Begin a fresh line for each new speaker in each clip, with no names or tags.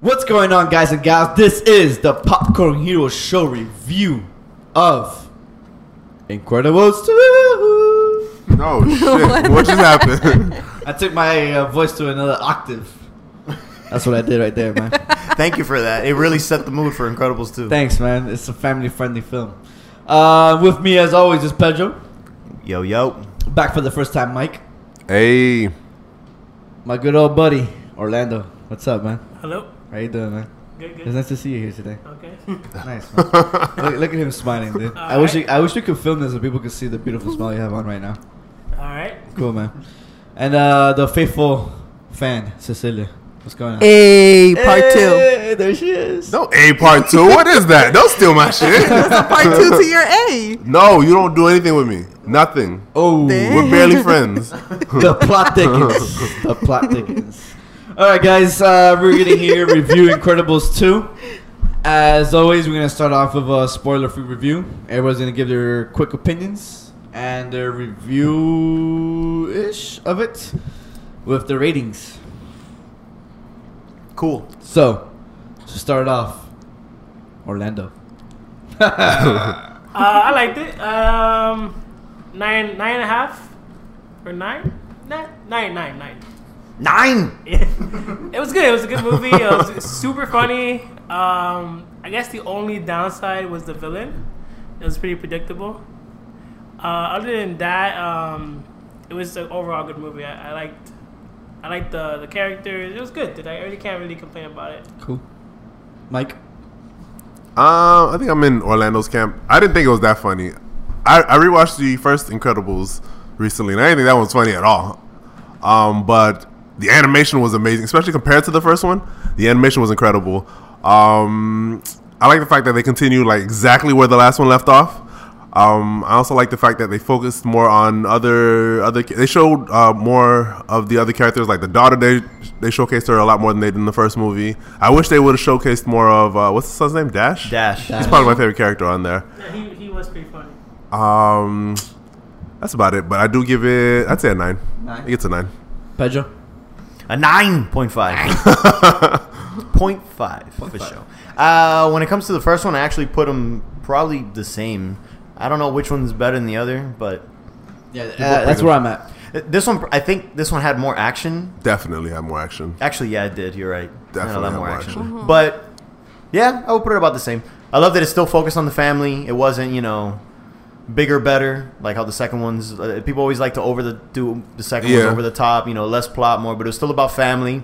What's going on, guys and gals? This is the Popcorn Hero Show review of Incredibles 2.
No shit. what just happened?
I took my uh, voice to another octave. That's what I did right there, man.
Thank you for that. It really set the mood for Incredibles 2.
Thanks, man. It's a family friendly film. Uh, with me, as always, is Pedro.
yo, yo.
Back for the first time, Mike.
hey,
My good old buddy, Orlando. What's up, man?
Hello.
How you doing, man?
Good.
It's
Good.
nice to see you here today.
Okay.
Nice. man. look, look at him smiling, dude. I wish we- I wish we could film this so people could see the beautiful smile you have on right now.
All right.
Cool, man. And uh, the faithful fan, Cecilia. What's going on?
Hey, part two.
Hey, there she is.
no A part two. What is that? Don't steal my shit.
part two to your A.
No, you don't do anything with me. Nothing.
Oh,
Damn.
We're barely friends. Um,
the plot thickens. the plot thickens. All right, guys, uh, we're gonna here review Incredibles two. As always, we're gonna start off with a spoiler-free review. Everybody's gonna give their quick opinions and their review ish of it with the ratings.
Cool.
So, to start off, Orlando.
Uh, I liked it. Um, nine, nine and a half, or nine? Nah, Nine, nine, nine.
Nine.
it was good. It was a good movie. It was super funny. Um, I guess the only downside was the villain. It was pretty predictable. Uh, other than that, um, it was an overall good movie. I, I liked, I liked the the characters. It was good. I really can't really complain about it.
Cool. Mike.
Um, I think I'm in Orlando's camp. I didn't think it was that funny. I, I rewatched the first Incredibles recently, and I didn't think that one was funny at all. Um, but the animation was amazing, especially compared to the first one. The animation was incredible. Um, I like the fact that they continue like exactly where the last one left off. Um, I also like the fact that they focused more on other other. They showed uh, more of the other characters, like the daughter. They they showcased her a lot more than they did in the first movie. I wish they would have showcased more of uh, what's the son's name, Dash.
Dash.
He's probably my favorite character on there.
Yeah, he, he was pretty funny.
Um, that's about it. But I do give it. I'd say a nine.
Nine.
It gets a nine.
Pedro.
A 9.5. Point 0.5 for sure. Uh, when it comes to the first one, I actually put them probably the same. I don't know which one's better than the other, but uh,
Yeah, Uh, that's where I'm at.
this one, I think this one had more action.
Definitely have more action.
Actually, yeah, it did. You're right. It had
Definitely had more action.
But yeah, I would put it about the same. I love that it still focused on the family. It wasn't, you know, bigger, better like how the second one's. Uh, people always like to over the do the second
Yeah.
one's over the top. You know, less plot, more. But it was still about family.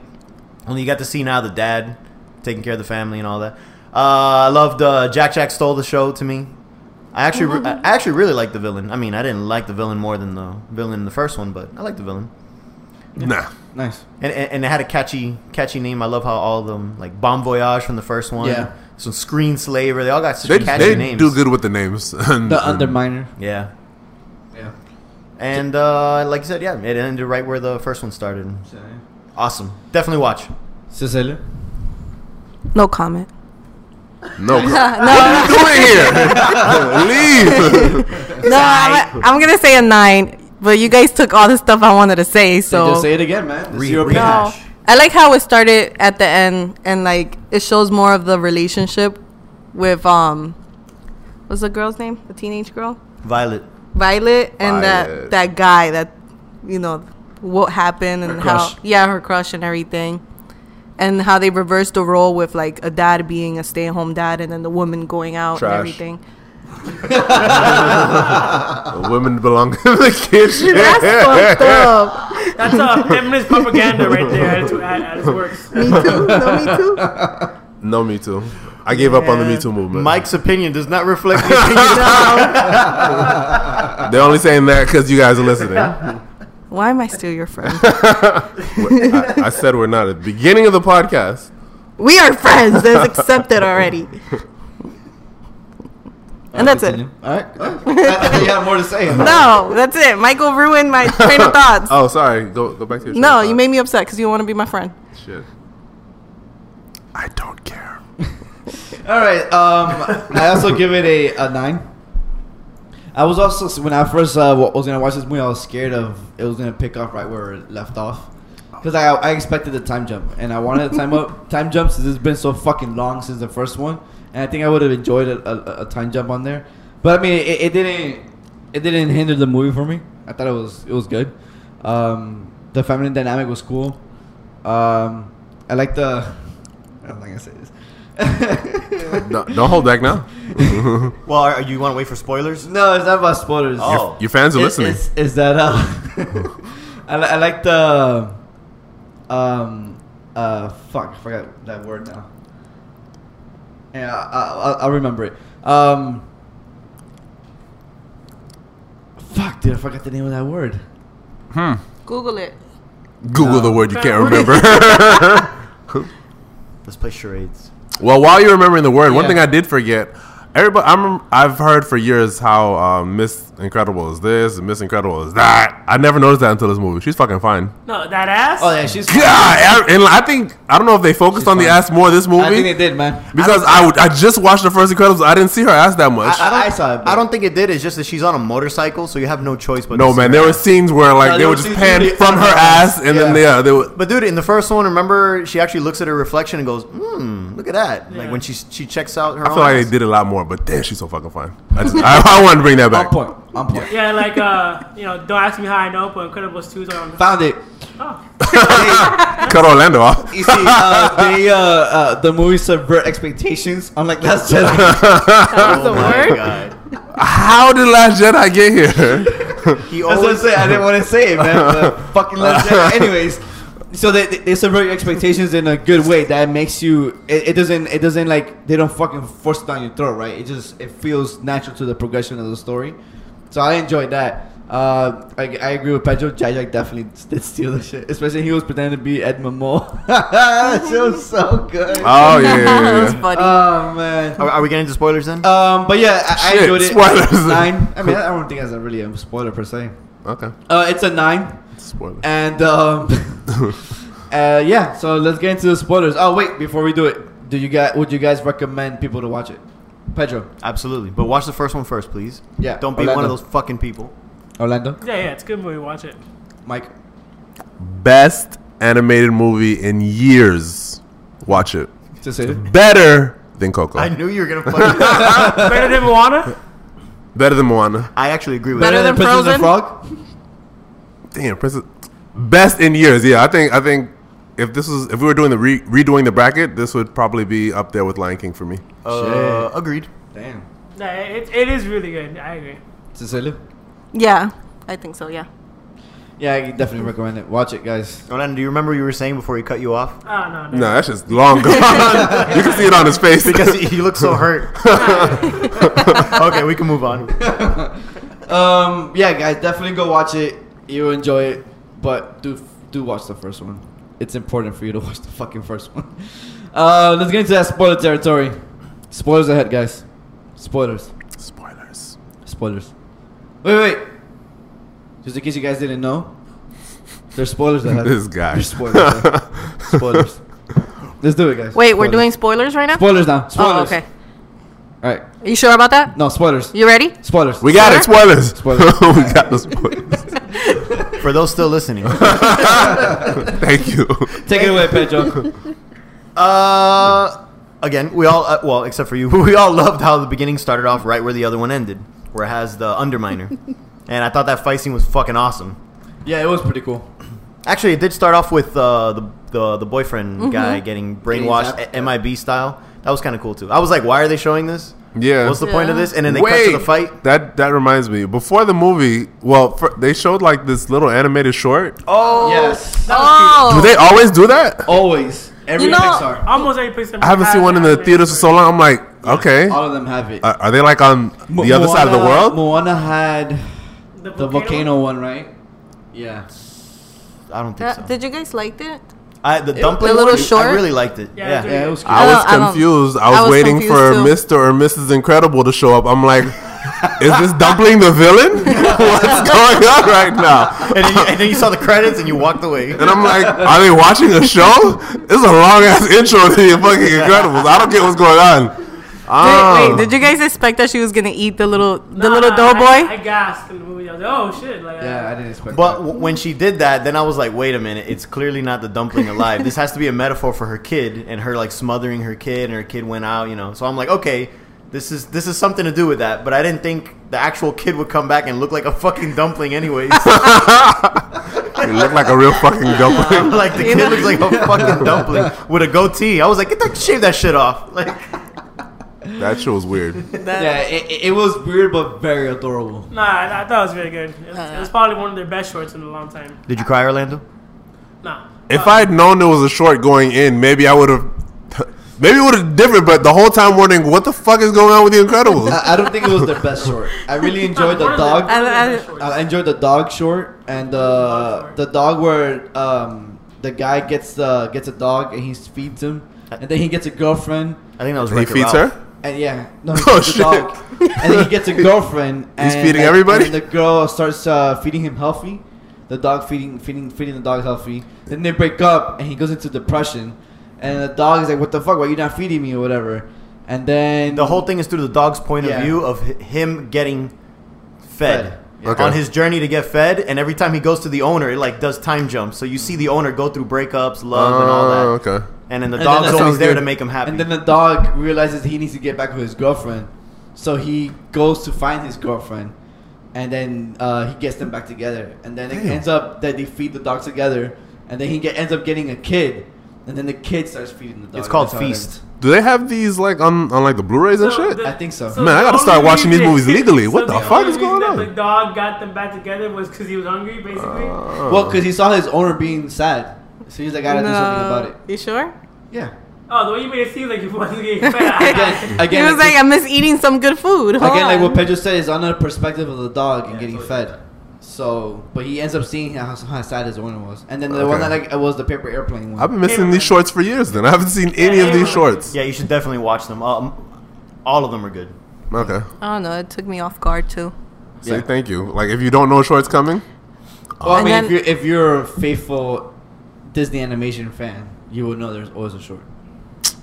Only you got to see now the dad taking care of the family and all that. Uh, I loved uh, Jack. Jack stole the show to me. I actually, re- I actually really liked the villain. I mean, I didn't like the villain more than the villain in the first one, but I liked the villain
Nah.
Nice.
and, and, and it had a catchy catchy name. I love how all of them like Bomb Voyage from the first one.
Yeah.
Some Screen Slaver. They all got such
They,
catchy
they
names.
do good with the names. And-
The
and-
Underminer.
Yeah.
Yeah.
And uh, like you said, yeah, it ended right where the first one started. Awesome. Definitely watch.
Cecilia.
No comment.
No. what
no,
are you doing here? Leave.
no, I'm, I'm gonna say a nine, but you guys took all the stuff I wanted to say,
So
so
just say it again, man. This is your
Re-
opinion.
no.
rehash.
I like how it started at the end, and like it shows more of the relationship with um, what's the girl's name? The teenage girl,
Violet.
Violet, and
Violet.
that that guy that you know what happened and
crush.
how yeah her crush and everything. And how they reversed the role with like a dad being a stay-at-home dad, and then the woman going out
Trash.
and everything.
Women belong in the kitchen.
That's fucked up.
That's uh, feminist propaganda right there. As, as it works.
Me too. No, me too.
No, me too. I gave up on the Me Too movement.
Mike's opinion does not reflect the opinion.
They're only saying that because you guys are listening. I,
Why am I still your friend?
I said we're not at the beginning of the podcast.
we are friends. That's accepted already. And that's it.
All right. I think you had more to say.
No, that's it. Michael ruined my train of thoughts.
Oh, sorry. Go go back to your. train
no,
of
you
thought.
made me upset because you want to be my friend.
Shit. I don't care.
All right. Um, I also give it a, a nine. I was also when I first uh, wa- was gonna watch this movie, I was scared of it was gonna pick up right where it left off. Because I, I expected the time jump, and I wanted the time up time jump since it's been so fucking long since the first one, and I think I would have enjoyed a, a, a time jump on there. But I mean, it, it didn't it didn't hinder the movie for me. I thought it was it was good. Um, the feminine dynamic was cool. Um, I like the. I'm not gonna say this.
No, don't hold back now.
Well, are, you want to wait for spoilers?
No, it's not about spoilers.
Oh.
Your, your fans are
It-
listening.
Is, is that uh, I, li- I like the um uh fuck I forgot that word now. Yeah, I, I, I'll- I'll remember it. Um, fuck, dude, I forgot the name of that word.
Google it.
Google the word you can't remember.
Let's play charades.
well, while you're remembering the word, one
Yeah.
thing I did forget. Everybody, I'm, I've heard for years how uh, Miss Incredible is this, and Miss Incredible is that. I never noticed that until this movie. She's fucking fine.
No, that ass.
Oh yeah, she's.
God, I, and I think I don't know if they focused
She's
on the
fine.
ass more this movie
I think they did, man.
because I, would- I just watched the first Incredibles. I didn't see her ass that much.
I- I saw it, but-
I don't think it did. It's just that she's on a motorcycle, so you have no choice but.
no man,
to see her
there were
ass.
scenes where
No,
like they
there
would
were
just
scenes
pan
where they-
from her ass, and then
Yeah.
yeah, they would.
But dude, in the first one, remember she actually looks at her reflection and goes, "Hmm, look at that!" Like
Yeah.
when she she checks out her.
I
own
feel like
ass.
they did a lot more, but damn, she's so fucking fine. I, just, I, I wanted to bring that
On
back.
point. On point.
Yeah, like uh, you know, don't ask me how I know, but Incredibles 2 is on.
Found it.
Oh,
Cut Orlando off.
You see, uh, they uh, uh, the movie subvert expectations. Unlike Last Jedi.
That was the
Oh my
word.
god!
How did Last Jedi get here?
He
That's what I'm
always
saying. I didn't want to say it, man. but fucking Last Jedi. Anyways, so they, they they subvert your expectations in a good way that makes you. It, it doesn't. It doesn't like they don't fucking force it down your throat, right? It just it feels natural to the progression of the story. So I enjoyed that. Uh, I, I agree with Pedro. Jack definitely did steal the shit, especially he was pretending to be Edmund Mole. that shit was so good.
Oh yeah, yeah,
that
yeah,
was
yeah.
funny.
Oh man.
Are, are we getting into spoilers then?
Um, but yeah, I, I
Shit,
enjoyed it.
spoilers.
Nine. I mean, I don't think that's a really a spoiler per se.
Okay,
Uh, it's a nine,
spoiler.
and um, uh, yeah. So let's get into the spoilers. Oh wait, before we do it, do you guys would you guys recommend people to watch it? Pedro,
Absolutely, but watch the first one first, please.
Yeah,
Don't be
Orlando.
one of those fucking people.
Orlando,
yeah, yeah, it's a good movie. Watch it.
Mike.
Best animated movie in years. Watch it.
Just say it.
Better than Coco.
I knew you were gonna fucking.
Better than Moana.
Better than Moana.
I actually agree with
Better
that.
than
Princess and
Frozen?
Frog.
Damn, Princess. Best in years. Yeah, I think. I think. If this was, if we were doing the re- redoing the bracket, this would probably be up there with Lion King for me.
Uh, agreed.
Damn.
No, it, it is really good. I agree.
Cecilia.
Yeah, I think so. Yeah.
Yeah, I definitely recommend it. Watch it, guys.
Orlando, do you remember what you were saying before he cut you off?
Oh, no, no.
No, that's just long gone. you can see it on his face.
Because he, he looked so hurt. okay, we can move on.
Um, yeah, guys, definitely go watch it. You'll enjoy it, but do do watch the first one. It's important for you to watch the fucking first one. Uh, let's get into that spoiler territory. Spoilers ahead, guys. Spoilers.
Spoilers.
Spoilers. Wait, wait. Just in case you guys didn't know, there's spoilers ahead.
This guy.
There's spoilers. ahead. spoilers. Let's do it, guys.
Wait, we're
Spoilers.
doing spoilers right now.
spoilers now. Spoilers.
Oh, okay.
All right.
Are you sure about that?
No spoilers.
You ready?
Spoilers.
We got it. Spoilers.
Spoilers.
we got the spoilers.
For those still listening.
Thank you.
Take it away, Pedro.
Uh, again, we all uh, well, except for you, we all loved how the beginning started off right where the other one ended, where it has the underminer, and I thought that fight scene was fucking awesome.
yeah, it was pretty cool.
Actually, it did start off with uh, the, the the boyfriend guy getting brainwashed
zapped,
a- MIB style. That was kind of cool too. I was like, why are they showing this?
Yeah.
What's the point of this? And then they
Wait,
cut to the fight.
That that reminds me. Before the movie, well, fir- they showed like this little animated short.
Oh,
Yes.
Oh.
Do they always do that?
Always. Every
You know-
Pixar.
Almost every Pixar.
I haven't seen one in the theaters for so long. I'm like, okay,
Uh,
All of them have it.
are, are they like on
Mo-
Uh, the other side of the
Moana-
world?
Moana had
The
the volcano one, right? Yeah.
I don't think
That-
so.
Uh, did you guys liked it?
I, the dumpling
the little
one,
short?
I really liked it.
Yeah,
Yeah.
it's
Yeah, it was cool.
I
I
was
don't- I don't-
confused. I
I
was,
was
waiting
confused
for
too.
Mr. or Mrs. Incredible to show up. I'm like, is this dumpling the villain? What's going on right now?
And, then you, and then you saw the credits and you walked away.
And I'm like, are they watching a show? This is a long ass intro to the fucking Incredibles. I don't get what's going on.
Wait,
Ah.
Um,
wait, did you guys expect that she was gonna eat the little the
Nah,
little
I, I
doughboy?
gasped in the movie. I was like, oh shit! Like,
Yeah, I didn't expect
But
that.
w- when she did that, then I was like, wait a minute, it's clearly not the dumpling alive. this has to be a metaphor for her kid and her like smothering her kid and her kid went out, you know. So I'm like, okay, this is this is something to do with that, but I didn't think the actual kid would come back and look like a fucking dumpling anyways.
It looked like a real fucking dumpling.
like the kid looks like a fucking dumpling with a goatee. I was like, get that shave that shit off. Like
that shit was weird.
That-
yeah, it, it- it was weird but very adorable.
Nah, I, I thought it was very good. It was, it was
Uh.
probably one of their best shorts in a long time.
Did you cry, Orlando?
Nah.
If I had known there was a short going in, maybe I would have. Maybe it would have different, but the whole time wondering what the fuck is going on with the Incredibles.
I, I don't think it was their best short. I really enjoyed the
One of their-
dog.
one of their
I- I-
best shorts.
I enjoyed the dog short and uh,
Dog short.
the dog where um, the guy gets the gets a dog and he feeds him, and then he gets a girlfriend.
I think that was
He
Wreck-It
feeds
Ralph.
her.
And yeah, no, he
Oh,
gets a dog. And then he gets a girlfriend.
He's
and,
feeding
and-
everybody?
And the girl starts uh, feeding him healthy. The dog feeding, feeding, feeding the dog healthy. Then they break up, and he goes into depression. And the dog is like, "What the fuck? Why you not feeding me or whatever?" And then
The whole thing is through the dog's point
Yeah.
of view of hi- him getting fed.
Fed.
Okay.
On his journey to get fed, and every time he goes to the owner, it like does time jumps. So you see the owner go through breakups, love, and all
Oh,
that,
okay.
and then the
And then
dog's
that
always
sounds
there
good.
to make him happy.
And then the dog realizes he needs to get back with his girlfriend, so he goes to find his girlfriend, and then uh, he gets them back together. And then it
Damn.
ends up that they feed the dog together, and then he get, ends up getting a kid, and then the kid starts feeding the dog.
It's called
That's how it
Feast.
ends.
Do they have these like on, on like the Blu-rays and shit?
the- I think so.
Man, I
the
gotta start
only
watching these movies legally. What the
the
fuck
only
is going
reason
on?
That the dog got them back together was because he was hungry, basically.
Uh.
Well, because he saw his owner being sad, so he's like, "I gotta do something about it."
You sure?
Yeah.
oh, the way you made it seem like he wasn't getting fed. I got
Again,
it.
He
again,
was like, I miss eating some good food. Hold
again, like
on.
what Pedro said is on the perspective of the dog and
Yeah,
getting
totally.
fed. So, but he ends up seeing how, how sad his owner was, and then the one
Okay.
that like it was the paper airplane one.
I've been missing these shorts for years. Then I haven't seen any of these shorts.
yeah, you should definitely watch them. Um, all of them are good.
Okay.
I don't know. Oh, It took me off guard too.
Say
Yeah.
thank you. Like if you don't know shorts coming,
Well, I
And
mean,
then-
if, you're, if you're a faithful Disney animation fan, you will know there's always a short.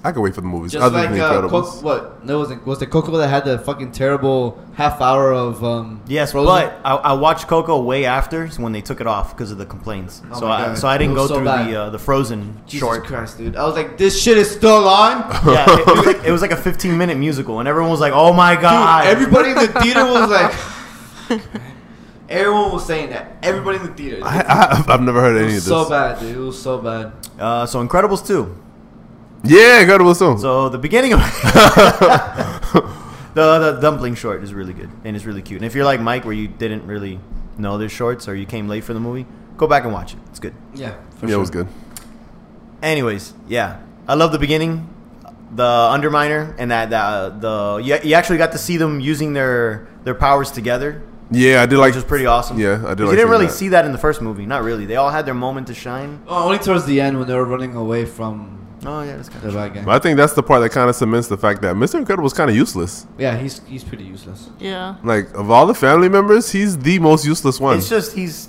I can wait for the movies.
Just
other
like
than the
uh,
Incredibles.
Coco, what? No, it wasn't. Was the Coco that had the fucking terrible half hour of um?
Yes,
Frozen?
but I, I watched Coco way after when they took it off because of the complaints.
Oh
so
my
I
God.
so I didn't
It
go
was so
through
bad.
the uh, the Frozen
Jesus
short.
Christ, dude! I was like, this shit is still on. Dude,
Yeah, it, it was like, it was like a 15 minute musical, and everyone was like, "Oh my god!"
everybody in the theater was like, everyone was saying that. Everybody in the theater.
I, I, I've never heard
it
any of
was
this.
so bad, dude. It was so bad.
uh, so Incredibles two.
Yeah, Incredibles too.
So the beginning of the the dumpling short is really good and it's really cute. And if you're like Mike, where you didn't really know there's shorts or you came late for the movie, go back and watch it. It's good.
Yeah, for
yeah,
sure.
it was good.
Anyways, yeah, I love the beginning, the Underminer, and that that the you, you actually got to see them using their their powers together,
Yeah, I did like.
which is pretty awesome.
Yeah, I did
'Cause
like
you
seeing
didn't really
that.
see that in the first movie. Not really. They all had their moment to shine.
Oh, only towards the end when they were running away from
Oh yeah, that's kind
the
of.
bad guy.
But I think that's the part that kind of cements the fact that Mr. Incredible's kind of useless.
Yeah, he's he's pretty useless.
Yeah.
Like of all the family members, he's the most useless one.
It's just he's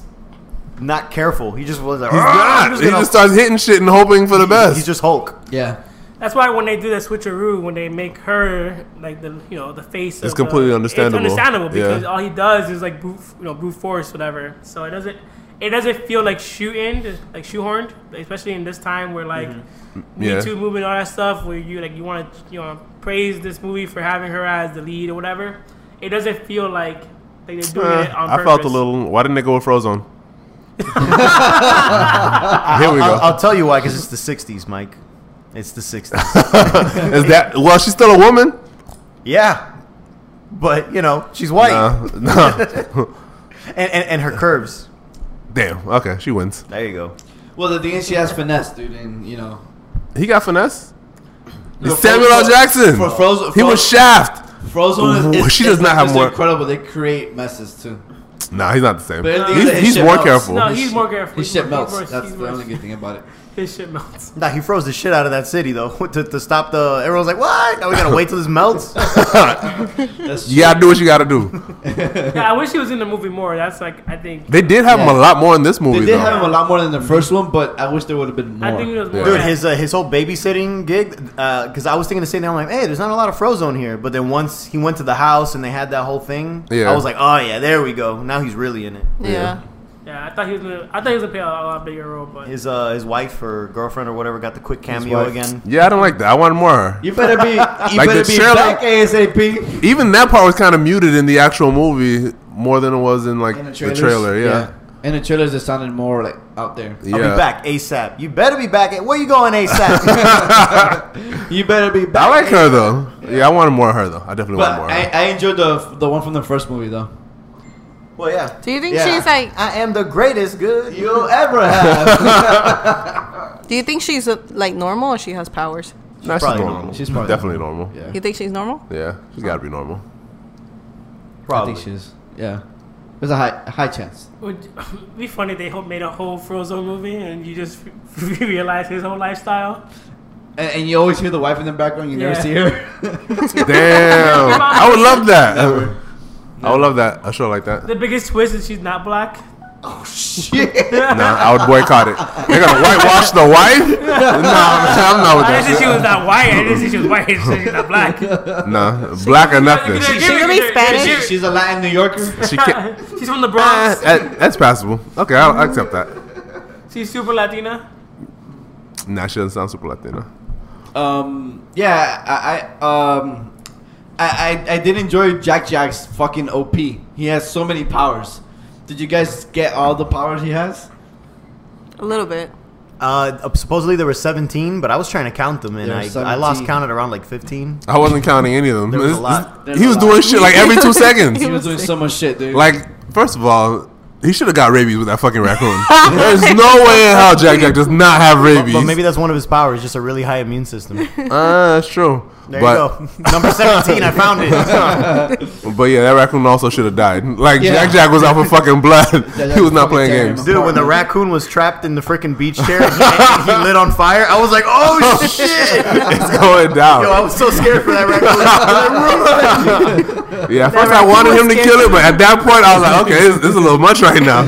not careful. He just was like.
he's
"Argh, I'm
not.
just
he
gonna
just starts hitting shit and hoping for the best.
He's just Hulk.
Yeah.
That's why when they do that switcheroo, when they make her like the you know the face,
It's
of,
completely
uh,
understandable.
It's understandable because
Yeah.
all he does is like brute, you know brute force whatever. So it doesn't it doesn't feel like shooting like shoehorned, especially in this time where like Me
Yeah.
Too movement all that stuff where you like you want to you know praise this movie for having her as the lead or whatever. It doesn't feel like. Like they're doing
Eh,
it on
I felt a
purpose.
little. Why didn't they go with Frozone? Here we go.
I'll, I'll tell you why, because it's the '60s, Mike. It's the '60s.
Is that well? She's still a woman.
yeah, but you know she's white,
Nah, nah.
and, and and her curves.
Damn. Okay, she wins.
There you go.
Well, the thing is, she has finesse, dude, and you know.
He got finesse.
For
It's Samuel L.
Frozen-
Jackson.
For Frozen,
he was Shaft.
Frozen. Is,
Ooh,
is,
she does
is
not have
just
more-
Incredible. They create messes too.
Nah, he's not the same.
But at the end of the day,
He's, he's
shit
more
melts.
careful.
No, he's more careful.
His
He's
shit
more-
melts.
he's more-
That's
he's
the
more-
only good thing about it.
his shit melts.
Nah, he froze the shit out of that city though to, to stop the. Everyone's like, "What? Now we gotta wait till this melts."
That's
You gotta do what you gotta do.
Yeah, I wish he was in the movie more. That's like I think
They did have him a lot more in this movie
They did
though.
have him a lot more than the first one, but I wish there would have been more.
I think it was more.
Dude, his uh, his whole babysitting gig, because I was thinking the same thing. I'm like, hey, there's not a lot of Frozone here. But then once he went to the house and they had that whole thing,
Yeah.
I was like, oh yeah, there we go. Now he's really in it.
Yeah.
yeah, I thought he was. Gonna, I thought he was gonna play a, a lot bigger role, but
His uh, his wife or girlfriend or whatever got the quick cameo
wife.
again.
yeah, I don't like that. I wanted more.
you better be, you better
the
be back
Sherlock-
ASAP.
Even that part was kind of muted in the actual movie more than it was in like
In
the,
trailers,
trailer. Yeah.
In the trailers, it sounded more like out there.
yeah.
I'll be back ASAP. You better be back. Where you going ASAP?
You better be back.
I like her though. Yeah, I wanted more of her though. I definitely wanted
But
more. of
I,
her.
I enjoyed the the one from the first movie though.
well, yeah.
Do you think
Yeah.
she's like?
I am the greatest. Good.
You'll ever have.
Do you think she's uh, like normal or she has powers?
Nah, she's
probably
normal.
normal.
She's
She's
probably
definitely normal. Yeah,
yeah.
You think she's normal?
she's got to be normal.
I
Probably.
think she's yeah. There's a high high chance.
would be funny. if They ho- made a whole Frozen movie, and you just realize his whole lifestyle.
And, and you always hear the wife in the background. You never
Yeah.
see her.
Damn, I would love that. I would love that. A show like that.
The biggest twist is she's not black.
Shit.
Nah, I would boycott it. They're gonna whitewash the wife? Nah, I'm not with
I didn't
that.
say she was not white. I didn't say she was white. I just said she's not black.
Nah, black or nothing.
she could be Spanish.
She-
She's a Latin New Yorker.
She Ah, uh, can't.
she's from the Bronx.
That- that's passable. Okay, I'll I'll accept that.
She's super Latina.
Nah, she doesn't sound super Latina.
Um, yeah, I, I um, I, I I did enjoy Jack Jack's fucking OP. He has so many powers. Did you guys get all the powers he has?
A little bit.
Uh, supposedly there were 17, but I was trying to count them and
There were
I, I lost
17.
count at around like 15.
I wasn't counting any of them.
There was
This-
a
this-
lot.
There's
he
a
was
lot.
doing shit like every two seconds.
He was doing so much shit, dude.
Like, first of all, he should have got rabies with that fucking raccoon. There's no way in hell Jack Jack does not have
But,
rabies.
but maybe that's one of his powers, just a really high immune system.
uh, that's true.
There
but,
you go. Number 17, I found it.
But yeah, that raccoon also should have died. Like
Yeah.
Jack Jack was out for fucking blood.
Jack
he was not
fucking
playing
tearing
games.
him
Dude, when the raccoon was trapped in the freaking beach chair and he, and he lit on fire, I was like, oh shit!
It's going down.
Yo, I was so scared for that raccoon.
yeah, at first I
raccoon
wanted
was
him to
scared.
kill it, but at that point I was like, okay, this, this is a little much right now.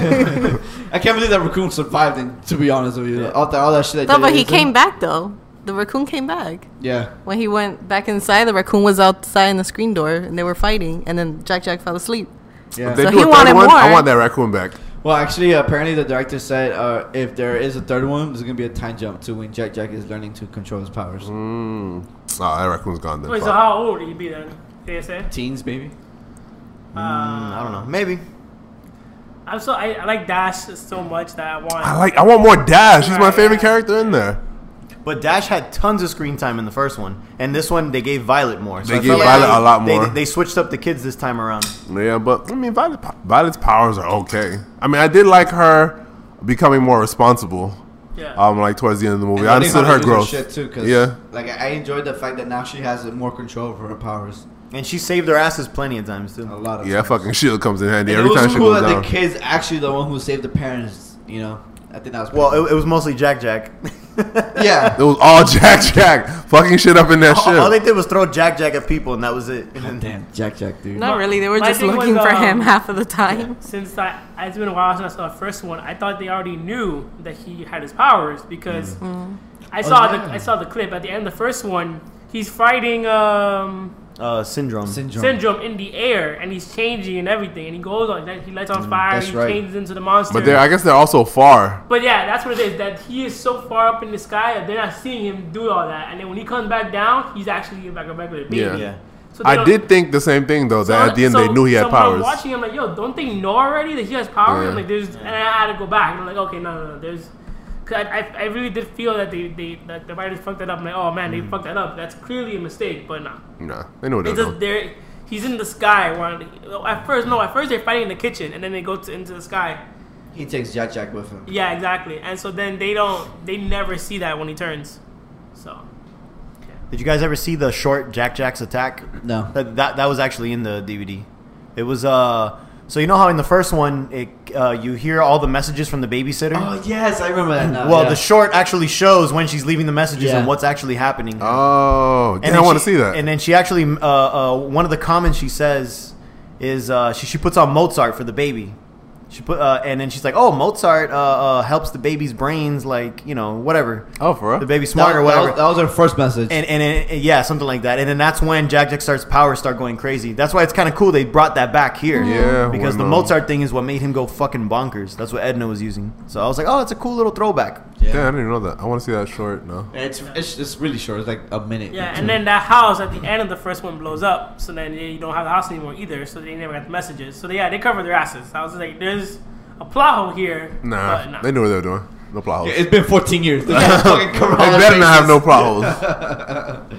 I can't believe that raccoon survived. And to be honest with you, all that all that shit. That
No, but
Jack
he
Jack did. uh,
came back though. The raccoon came back.
Yeah.
When he went back inside, the raccoon was outside in the screen door, and they were fighting. And then Jack Jack fell asleep.
Yeah.
They
So
do
he
a
wanted
third one.
more.
I want that raccoon back.
Well, actually, apparently the director said uh, if there is a third one, there's gonna be a time jump to when Jack Jack is learning to control his powers.
Mm. Oh, that raccoon's gone then.
Wait, so
Fuck.
how old would he be then? ASA?
Teens, maybe.
Hmm.
Uh,
I don't know. Maybe.
I'm so I, I like Dash so much that I want.
I like. I want more Dash. He's my
Right.
favorite character in there.
But Dash had tons of screen time in the first one, and this one they gave Violet more.
They
I
gave
felt
Violet a lot
they-
more.
They, switched up the kids this time around.
Yeah, but I mean, Violet, Violet's powers are okay. I mean, I did like her becoming more responsible.
yeah.
Um, like towards the end of the movie,
And
I
learning how
understood
to
her
use
growth.
Shit too, 'cause,
yeah,
Like I I enjoyed the fact that now she has more control over her powers.
And she saved their asses plenty of times too.
A lot of
yeah,
times.
that fucking shield comes in handy
And
every
it was
time she
cool
goes
that
down.
the kids actually the one who saved the parents. You know, I think that was pretty
Well, it, it was mostly Jack Jack.
cool. yeah.
It was all Jack Jack fucking shit up in that
all, all they
shit.
did was throw Jack Jack at people, and that was it. And then-
Damn, Jack Jack, dude.
Not
My-
really. They were
my
just
thing was,
looking for
um,
him half of the time.
Since I, it's been a while since I saw the first one, I thought they already knew that he had his powers because
Hmm. Oh,
I saw
yeah.
the I saw the clip at the end of the first one. He's fighting um,
Uh, syndrome.
Syndrome.
syndrome in the air, and he's changing and everything. And he goes on, he lights on fire,
that's
he
right.
changes into the monster.
Mm, But they're, I guess they're also far.
But yeah, that's what it is. That he is so far up in the sky that they're not seeing him do all that. And then when he comes back down, he's actually like a regular baby.
Yeah.
Yeah.
So they
I
don't-
did think the same thing though. That at the end they knew he had
so When I'm
powers.
watching, I'm like, yo, don't they know already that he has powers?
Yeah.
I'm like, there's, and I had to go back. And I'm like, okay, no, no, no, there's. Cause I, I, I really did feel that they, they that the writers fucked that up. I'm like, oh man, they
Mm.
fucked that up. That's clearly a mistake, but nah.
Nah, they knew what they
It's
were doing.
just they're he's in the sky. One at first, no, at first they're fighting in the kitchen, and then they go to, into the sky.
He takes Jack Jack with him.
Yeah, exactly. And so then they don't, they never see that when he turns. So
Did you guys ever see the short Jack Jack's attack?
No.
That that, that was actually in the DVD. It was uh So you know how in the first one, it uh, you hear all the messages from the babysitter.
Oh yes, I remember that now.
well,
yeah.
the short actually shows when she's leaving the messages
Yeah.
and what's actually happening.
Oh,
And
yeah, I
then
want to
she-
see that.
And then she actually, uh, uh, one of the comments she says is uh, she she puts on Mozart for the baby. She put, uh, and then she's like, "Oh, Mozart uh, uh, helps the baby's brains, like you know, whatever,
oh, for
the
real?
baby
that,
smarter,
that
whatever."
was, that was our first message.
and and it, yeah, something like that. And then that's when Jack Jack starts powers start going crazy. That's why it's kind of cool they brought that back here.
Yeah,
because the
why not?
Mozart thing is what made him go fucking bonkers. That's what Edna was using. So I was like, "Oh, it's a cool little throwback."
yeah.
Damn, I didn't know that. I want to see that short. No.
It's, it's it's really short. It's like a minute.
Yeah, and then that house at the end of the first one blows up, so then you don't have the house anymore either. So they never got the messages. So they, yeah, they cover their asses. I was like, there's a plot hole here.
Nah,
but
they knew what they were doing. No plot holes.
Yeah, It's been 14 years. They better
better not have no plot holes.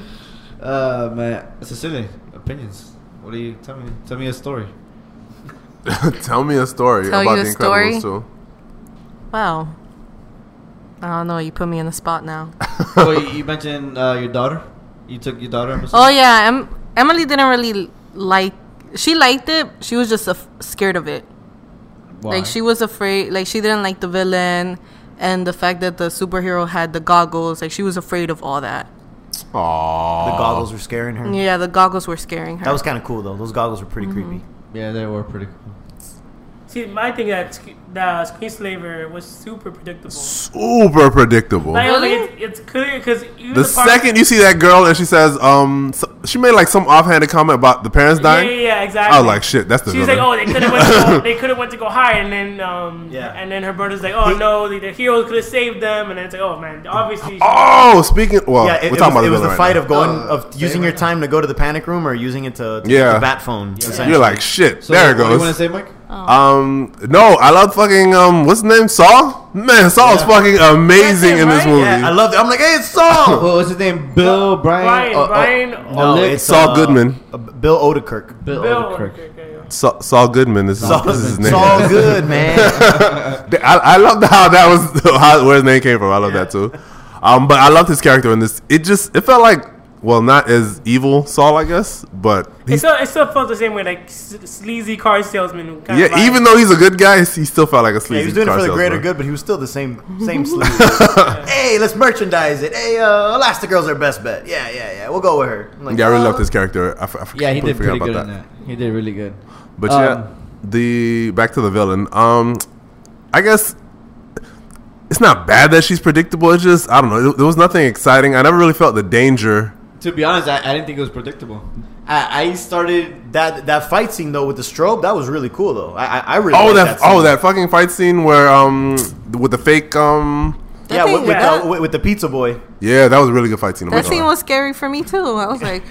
Uh, man, Cecilia, opinions. What do you tell me? Tell me a story.
Tell me a story
Tell
about
you
the
a story?
Incredibles too.
Wow. I don't know. You put me in the spot now.
Wait, you mentioned uh, your daughter. You took your daughter. episode?
Oh yeah, em- Emily didn't really like. She liked it. She was just af- scared of it.
Why?
Like she was afraid. Like she didn't like the villain and the fact that the superhero had the goggles. Like she was afraid of all that.
Aww.
The goggles were scaring
Mm.
her.
Yeah, the goggles were scaring her.
That was kind of cool though. Those goggles were pretty creepy.
Yeah, they were pretty cool.
See, my thing that Sc- that Screen Slaver was super predictable.
super predictable.
Like, I was like,
Really?
it's, it's clear because
The second you see that girl and she says, um, s she made like some offhanded comment about the parents
yeah,
dying.
yeah, yeah, exactly.
I was like, shit, that's the
She's like,
villain.
oh, they could have went. To go, they could have went to go higher, and then um,
Yeah.
and then her brother's like, oh
He-
no, the, the hero could have saved them, and then it's like, oh man, obviously.
Oh, speaking. Well,
Yeah, it, it
we're
was,
talking about
it was
villain
the
right
fight
now.
of going
Uh,
of using your time to go to the panic room or using it to, to
Yeah.
the bat phone. essentially.
You're like, shit.
So
there
what
it
do you want
goes.
to say, Mike?
Um, no, I love fucking um, what's his name? Saul. Man, Saul is fucking amazing
That's it,
in this
right?
movie.
yeah, I loved it. I'm like, hey, it's Saul.
What was his name? Bill, Brian,
Brian,
uh, uh,
Brian,
No, Olick- it's
Saul Goodman.
uh, Bill Odekirk.
Bill,
Bill.
Odenkirk.
okay, okay, yeah.
Sa- Saul Goodman. This is,
Saul,
this is his name.
Saul good man.
I, I loved how that was how, where his name came from. I love that too. Um, but I loved his character in this. It just it felt like well, not as evil Saul, I guess, but
It
he's,
still, it still felt the same way, like s- sleazy car salesman. Kind
yeah.
of vibe.
Even though he's a good guy, he still felt like a sleazy.
Yeah, he was doing it
car
for the greater
salesman.
good, but he was still the same same sleaze. hey, let's merchandise it. Hey, uh, Elastigirl's our best bet. Yeah, yeah, yeah. We'll go with her. I'm like,
Yeah, I really
uh,
loved his character. I, f- I f-
Yeah, he
completely
did
forgot
pretty
about
good in that. He did really good.
But
Um,
yeah, the back to the villain. Um, I guess it's not bad that she's predictable. It's just I don't know. There- There was nothing exciting. I never really felt the danger.
To be honest, I, I didn't think it was predictable. I, I started
That that fight scene though with the strobe, that was really cool though. I I, I really
Oh
liked
that,
scene.
oh that fucking fight scene where um with the fake um
That
yeah
thing-
with, with,
yeah.
The, with, with the pizza boy.
yeah that was a really good fight scene. I'm
That
not
scene
gonna lie.
was scary for me too. I was like,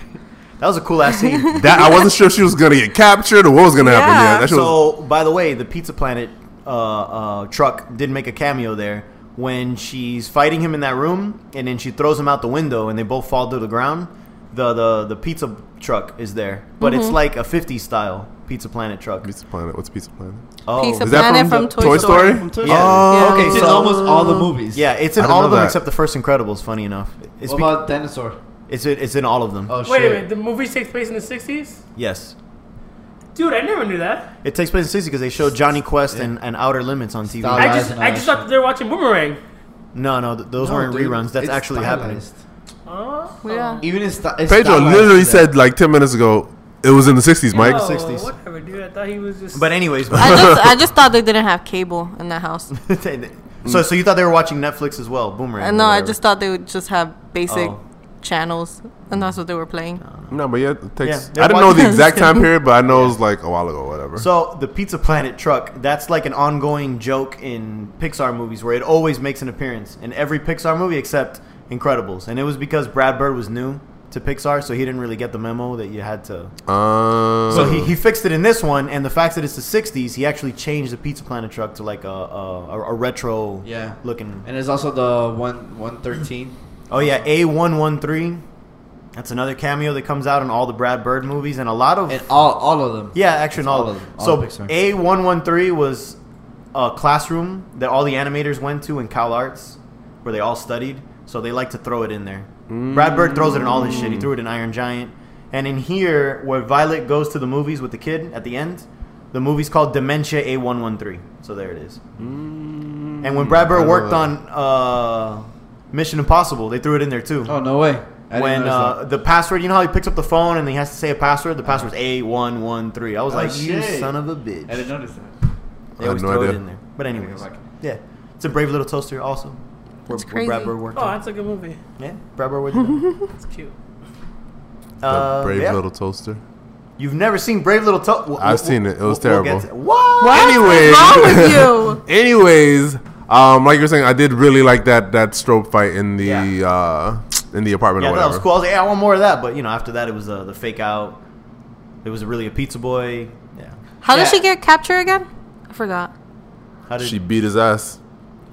That was a cool ass scene.
that I wasn't sure if she was gonna get captured or what was gonna happen.
Yeah.
Yeah, that shit was,
so by the way, the Pizza Planet uh, uh, truck did make a cameo there when she's fighting him in that room, and then she throws him out the window, and they both fall to the ground. The the the pizza truck is there, but it's like a 50s style Pizza Planet truck.
Pizza Planet. What's Pizza Planet?
Oh,
Pizza
Is that
Planet
from,
from
the
Toy
Toy
Story.
Story?
from Toy
Yeah.
Oh,
Yeah.
okay,
It's in
so
almost all the movies.
yeah, it's
I
in
didn't
all
know
of them
that.
except the first Incredibles. Funny enough, it's
What
be-
about dinosaur?
it's in- it's in all of them.
Oh shit!
Wait a minute, the movie takes place in the '60s.
Yes,
Dude, I never knew that.
it takes place in 60s because they showed Johnny Quest and, and Outer Limits on TV.
Stop.
I
Eyes
just,
and
I
eyes.
just thought that they were watching Boomerang.
No, no, th- those
No,
weren't
dude,
reruns. That's
it's
actually happening.
stylized.
Oh,
yeah.
Even it's, sti- it's
Pedro
stylized
literally
to that.
said like ten minutes ago it was in the '60s, Mike.
Oh,
60s.
Whatever, dude. I thought he was just.
But anyways,
I just, I just thought they didn't have cable in that house.
so so you thought they were watching Netflix as well, Boomerang?
I
or
know. Uh, I
whatever.
just thought they would just have basic
Oh.
channels, and that's what they were playing.
No, but yeah, it takes.
Yeah.
I didn't know the
Watch-
exact time period, but I know it was like a while ago, whatever.
So the Pizza Planet truck, that's like an ongoing joke in Pixar movies where it always makes an appearance in every Pixar movie except Incredibles, and it was because Brad Bird was new to Pixar, so he didn't really get the memo that you had to.
Oh.
Uh,
So he, he fixed it in this one, and the fact that it's the '60s, he actually changed the Pizza Planet truck to like a a, a, a retro
Yeah.
looking.
And there's also the one one thirteen.
Oh yeah, A one one three. That's another cameo that comes out in all the Brad Bird movies and a lot of
and all all of them.
Yeah, actually,
It's
in all,
all
of
of-
them.
all of
so
Pixar.
A one one three was a classroom that all the animators went to in Cal Arts, where they all studied. So they like to throw it in there. Brad Bird throws it in all his shit. He threw it in Iron Giant, and in here, where Violet goes to the movies with the kid at the end, The movie's called Dementia A113. So there it is.
Mm.
And when Brad Bird worked on uh, Mission Impossible, they threw it in there too.
Oh no way! I didn't
when
notice
uh, the password, you know how he picks up the phone and he has to say a password? The password's A113. I was
Oh,
like, you
shit.
son of a
that. I
bitch.
didn't notice that.
They
I had
always
no
throw it
idea.
in there. But, anyways,
back.
yeah. It's a brave little toaster, also. Where,
That's
where Brad
crazy.
Bird worked.
Oh,
on.
that's a good movie.
Yeah, Brad Bird worked on.
It's cute.
The
Uh,
Brave
yeah.
Little Toaster.
You've never seen Brave Little Toaster?
I've seen it. It was terrible.
what?
What?
Anyways.
What's wrong with
Anyways, um, like you're saying, I did really like that that strobe fight in the
Yeah.
uh, in the apartment
Yeah,
or
I thought
whatever.
that was cool. I was like, yeah, I want more of that. But you know, after that, it was uh, the fake out. It was really a pizza boy. Yeah.
you? How did
Yeah.
she get captured again? I forgot.
How did
She beat his ass.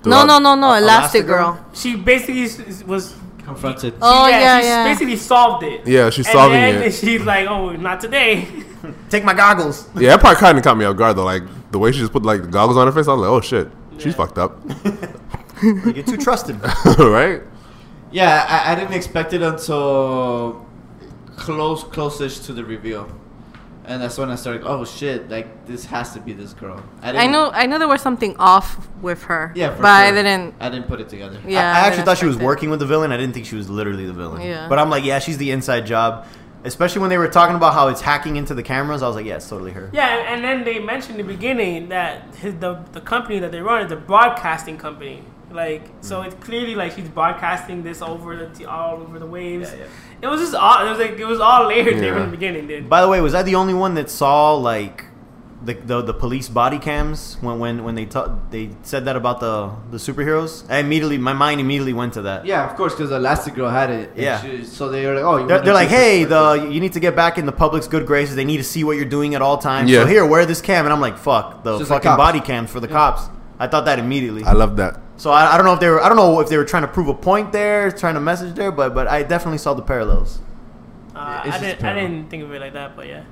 No, no, no, no.
Elastigirl?
Elastic Girl.
She basically s- s- was.
Confronted.
Oh yeah,
she
yeah.
Basically solved it.
Yeah, she's
and
solving
then
it.
She's like, oh, not today.
take my goggles?
Yeah, that part kind of caught me off guard though. Like the way she just put like the goggles on her face, I was like, oh shit, she's fucked up,
You're too trusting.
right?
Yeah, I, I didn't expect it until close, closest to the reveal, and that's when I started. Oh shit! Like this has to be this girl. didn't,
I know. I know there was something off with her.
Yeah, for
but I
sure.
didn't.
I didn't put it together.
Yeah.
I, I actually
didn't
thought she was
expect it.
working with the villain. I didn't think she was literally the villain.
Yeah.
But I'm like, yeah, she's the inside job. Especially when they were talking about how it's hacking into the cameras, I was like, yeah, it's totally her.
yeah, and, and then they mentioned in the beginning that his, the the company that they run is a broadcasting company. Like,
Mm.
so it's clearly like she's broadcasting this over the t- all over the waves.
Yeah, yeah.
It was just all. It was like it was all layered there
Yeah.
in the beginning, dude.
By the way, was I the only one that saw like the the, the police body cams when when when they ta- they said that about the the superheroes? I immediately my mind immediately went to that.
Yeah, of course, because Elastigirl had it. and
Yeah.
she- so they were like, oh, you
They're,
wanna
they're like,
do this
hey,
for
the you need to get back in the public's good graces. They need to see what you're doing at all times.
Yeah.
So here, wear this cam, and I'm like, fuck the
It's just the
fucking
cops.
body cams for the cops. I thought that immediately.
I love that.
so I, I don't know if they were I don't know if they were trying to prove a point there, trying to message there, but but I definitely saw the parallels.
Uh,
it's just
I didn't. I
terrible.
didn't think of it like that, but yeah.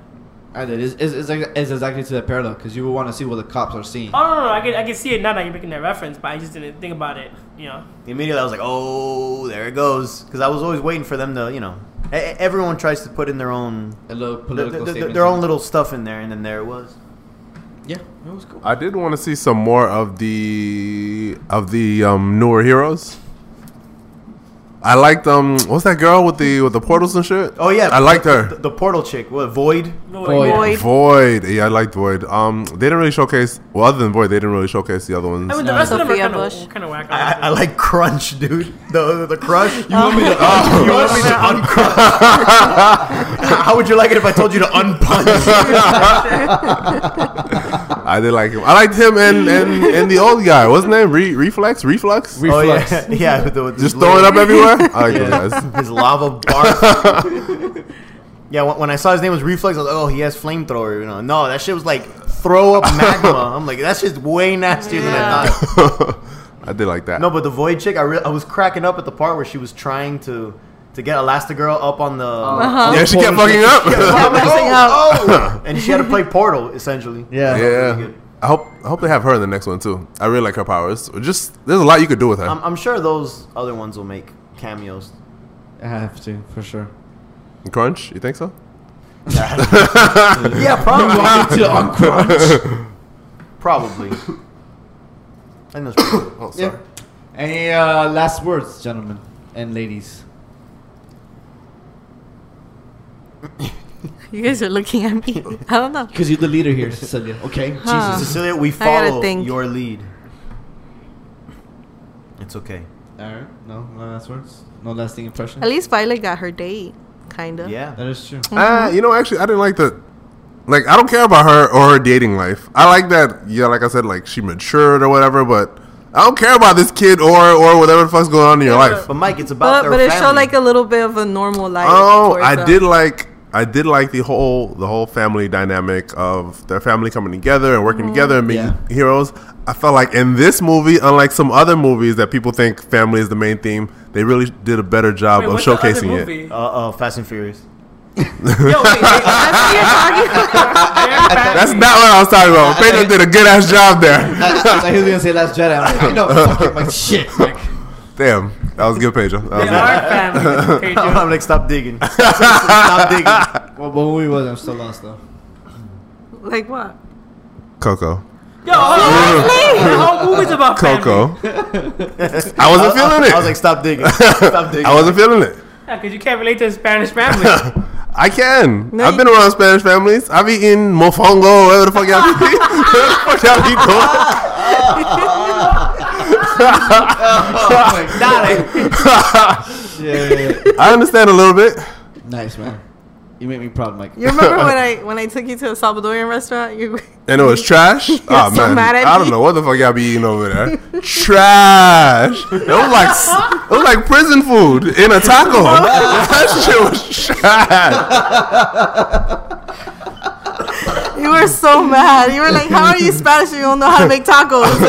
I did. It's, it's, it's, like- it's exactly to that parallel because you would want to see what the cops are seeing.
Oh no, no, no, I can I can see it now that you're making that reference, but I just didn't think about it. You know,
Immediately, I was like, oh, there it goes, because I was always waiting for them to you know. e- e- Everyone tries to put in their own
A little
th-
political
th- th-
statement.
their own little stuff in there, and then there it was.
Yeah, it was cool.
I did want to see some more of the of the um, newer heroes. I liked um what's that girl with the with the portals and shit?
Oh yeah,
I liked her.
The, the portal chick, what Void?
Void.
Void.
Void. Yeah, I liked Void. Um, they didn't really showcase. Well, other than Void, they didn't really showcase the other ones.
I mean, the
No.
rest of them are
Sophia
kind
Bush.
of kind of whack.
I, I- I like Crunch, dude. The the Crush. You
want me to-
you want me to uncrunch? How would you like it if I told you to unpunch?
I did like him. I liked him and and, and the old guy. What's his name? Re- Reflex. Reflux.
Re-
oh
Reflex.
yeah, yeah. with the- with
Just
his
throwing
little-
up everywhere. I like those guys.
his lava bar. yeah, when, when I saw his name was Reflex, I was like, oh, he has flamethrower. You know, no, that shit was like throw up magma. I'm like, that's just way nastier
Yeah.
than I thought.
I did like that.
No, but the Void chick, I, re- I was cracking up at the part where she was trying to to get Elastigirl up on the.
Uh-huh.
yeah, she kept fucking up.
I'm like,
Messing up.
oh, oh. and she had to play Portal essentially.
Yeah.
yeah. I hope I hope they have her in the next one too. I really like her powers. Just there's a lot you could do with her.
I'm, I'm sure those other ones will make cameos.
I have to, for sure.
Crunch, you think so?
yeah, probably. probably. I know. it's pretty-
Oh, sorry.
yeah. Any uh, last words, gentlemen and ladies?
You guys are looking at me. I don't know.
Because you're the leader here, Cecilia. Okay.
Huh.
Jesus.
Cecilia, we
Uh, gotta
follow
think.
your lead. It's okay.
All right. No, no last words. No lasting impression.
At least Violet got her date, kinda.
Yeah.
That is true.
Uh, you know, actually, I didn't like that. Like, I don't care about her or her dating life. I like that. Yeah, like I said, like she matured or whatever, but I don't care about this kid or or whatever the fuck's going on in your life.
But Mike, it's about
But
their
but it showed
family.
like a little bit of a normal life.
Oh,
towards
I
them.
did like I did like the whole the whole family dynamic of their family coming together and working together and being
Yeah.
heroes. I felt like in this movie, unlike some other movies that people think family is the main theme, they really did a better job of showcasing it.
Uh, uh, Fast and Furious.
Yo, wait, wait,
That's what you're talking
That's not what I was talking about. Pedro did a good ass job there.
I, I thought he was gonna say Last Jedi. I'm like, I know, fuck it, like shit. Like,
Damn, that was good, Pedro. That was
They
good.
are family. Pedro.
I'm like, stop digging. Stop, stop digging.
well, but when we was, I'm still lost though.
Like what?
Coco.
Yo, hold on.
Seriously?
The whole movie's about family.
Coco. I wasn't feeling it.
I was like, stop digging. Stop digging.
I wasn't feeling it.
Yeah, because you can't relate to a Spanish family.
I can.
No,
I've
you-
been around Spanish families. I've eaten mofongo, whatever the fuck y'all be eating. What the fuck y'all be doing?
Dale.
Shit.
I understand a little bit.
nice, man. You make me proud, Mike.
You remember when I when I took you to a Salvadorian restaurant? You
And it was trash. oh
so
man,
mad at
I don't
me.
know what the fuck y'all be eating over there. trash. It was like s- it was like prison food in a taco. that shit was trash.
you were so mad. You were like, "How are you Spanish? and You don't know how to make tacos."
I was
I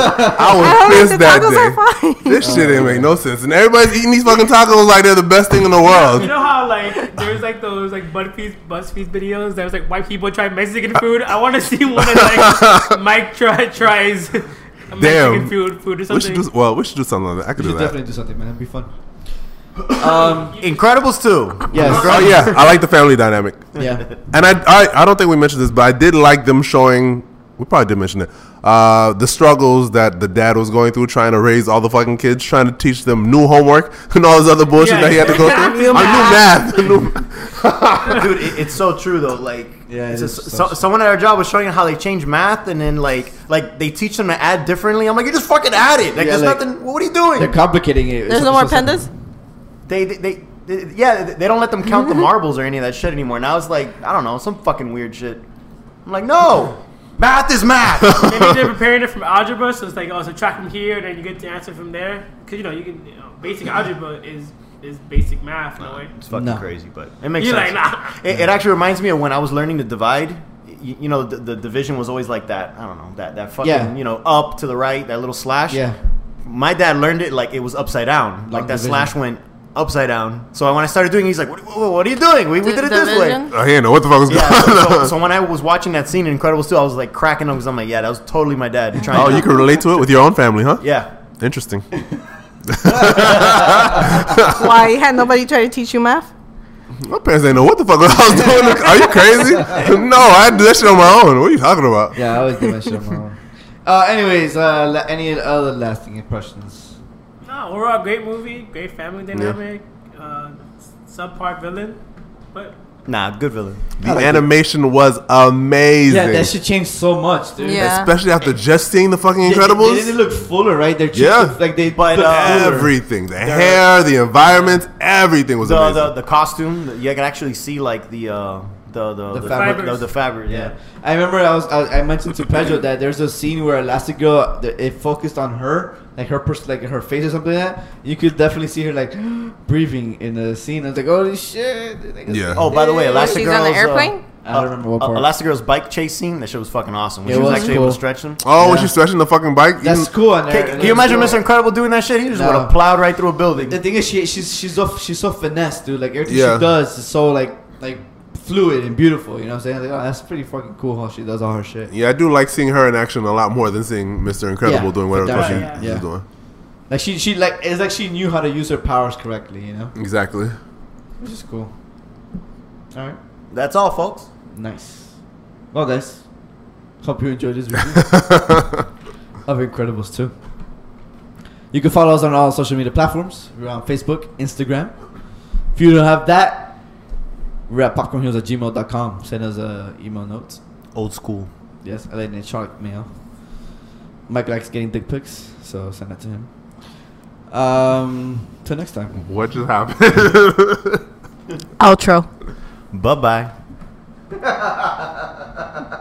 don't
pissed
think the
that
tacos
day.
are fine.
This shit didn't make no sense. And everybody's eating these fucking tacos like they're the best thing in the world.
You know how like there's like those like BuzzFeed BuzzFeed videos that was like white people try Mexican
Uh,
food. I want to see one of like Mike try, tries Mexican
Damn.
food food or
we should
something.
do s- well. We should do something like that. I could
You
do
should
that.
definitely do something, man. It'd be fun. Um,
Incredibles 2.
yes.
Oh yeah, I like the family dynamic.
Yeah.
And I, I, I don't think we mentioned this, but I did like them showing. We probably did mention it. Uh, the struggles that the dad was going through, trying to raise all the fucking kids, trying to teach them new homework and all this other bullshit
Yeah.
that he had to go through. New
New
math. new
Dude, it, it's so true though. Like,
Yeah, it
it's
is
just-
so
so,
true.
someone at our job was showing how they change math, and then like, like they teach them to add differently. I'm like, you just fucking add it. Like,
Yeah,
there's
like-
nothing. What are you doing?
They're complicating it.
There's
It's-
no more
it's just-
pandas.
they, they, they, they- yeah, they- they don't let them count the marbles or any of that shit anymore. Now it's like, I don't know, some fucking weird shit. I'm like, no, math is math.
Maybe they're preparing it from algebra, so it's like oh, subtract from here, and then you get the answer from there. Because you know you can you know, basic algebra is is basic math
Uh,
in a way.
it's fucking
No.
crazy, but it makes
You're
sense.
like nah.
It, it actually reminds me of when I was learning to divide. You, you know, the, the division was always like that. I don't know that that fucking
Yeah.
you know up to the right, that little slash.
Yeah.
My dad learned it like it was upside down.
Long
like that
division.
slash went upside down. So when I started doing, it, he's like, "What, what, what are you doing? We, we
Di-
did it this way."
division?
I didn't know what the fuck was going
Yeah. So, so-
on.
so when I was watching that scene in Incredibles 2, I was like cracking up because I'm like, "Yeah, that was totally my dad." Trying
oh,
to,
you can relate to it with your own family, huh?
Yeah.
Interesting.
Why had nobody try to teach you math?
My parents didn't know what the fuck I was doing. Are you crazy? No, I do that shit on my own. What are you talking about?
Yeah, I always do my shit on my own. Uh, anyways, uh, la- any other lasting impressions?
No, overall great movie, great family dynamic, uh, subpar villain, but
Nah, good villain.
The animation was amazing.
Yeah, that shit changed so much, dude.
Yeah.
Especially after just seeing the fucking
They,
Incredibles.
They, didn't look fuller, right? Their cheeks
Yeah.
looked like they
But,
looked
uh,
fuller.
everything the hair the environment everything was
The,
amazing
the the costume, the- you can actually see like the uh, the the
The
the,
fabric.
the, the fabric.
Yeah,
Yeah.
I remember I was I, I mentioned to Pedro that there's a scene where Elastigirl the- it focused on her, like her pers- like her face or something like that. You could definitely see her like breathing in the scene. I was like, holy shit! Like,
Yeah.
Oh, by the way, Elastigirl.
She's on the airplane.
I don't remember what
Uh,
part.
Elastigirl's bike chase scene, that shit was fucking awesome. When
It
she was,
was
actually
cool.
able to stretch them.
oh was
Yeah.
she stretching the fucking bike
That's
Even-
cool. And
Can, can you imagine Mr. Incredible doing that shit? He just
No.
would have plowed right through a building.
The thing is, she she's she's so she's so finesse, dude. Like everything
Yeah.
she does is so like like fluid and beautiful. You know what I'm saying? Like, oh, that's pretty fucking cool how she does all her shit.
yeah I do like seeing her in action a lot more than seeing Mr. Incredible
Yeah,
doing whatever the fuck she,
definitely. Yeah.
she's
Yeah.
doing
Like she she like it's like she knew how to use her powers correctly. You know,
exactly
which is cool. All right.
That's all, folks.
Nice. Well, guys, hope you enjoyed this review of Incredibles 2. You can follow us on all social media platforms. We're on Facebook, Instagram. If you don't have that, we're at popcornheels at gmail.com. Send us a email note.
Old school.
Yes, Elaine and Shark mail. Mike likes getting dick pics, so send that to him. Um, till next time.
what just happened
Outro.
Bye bye.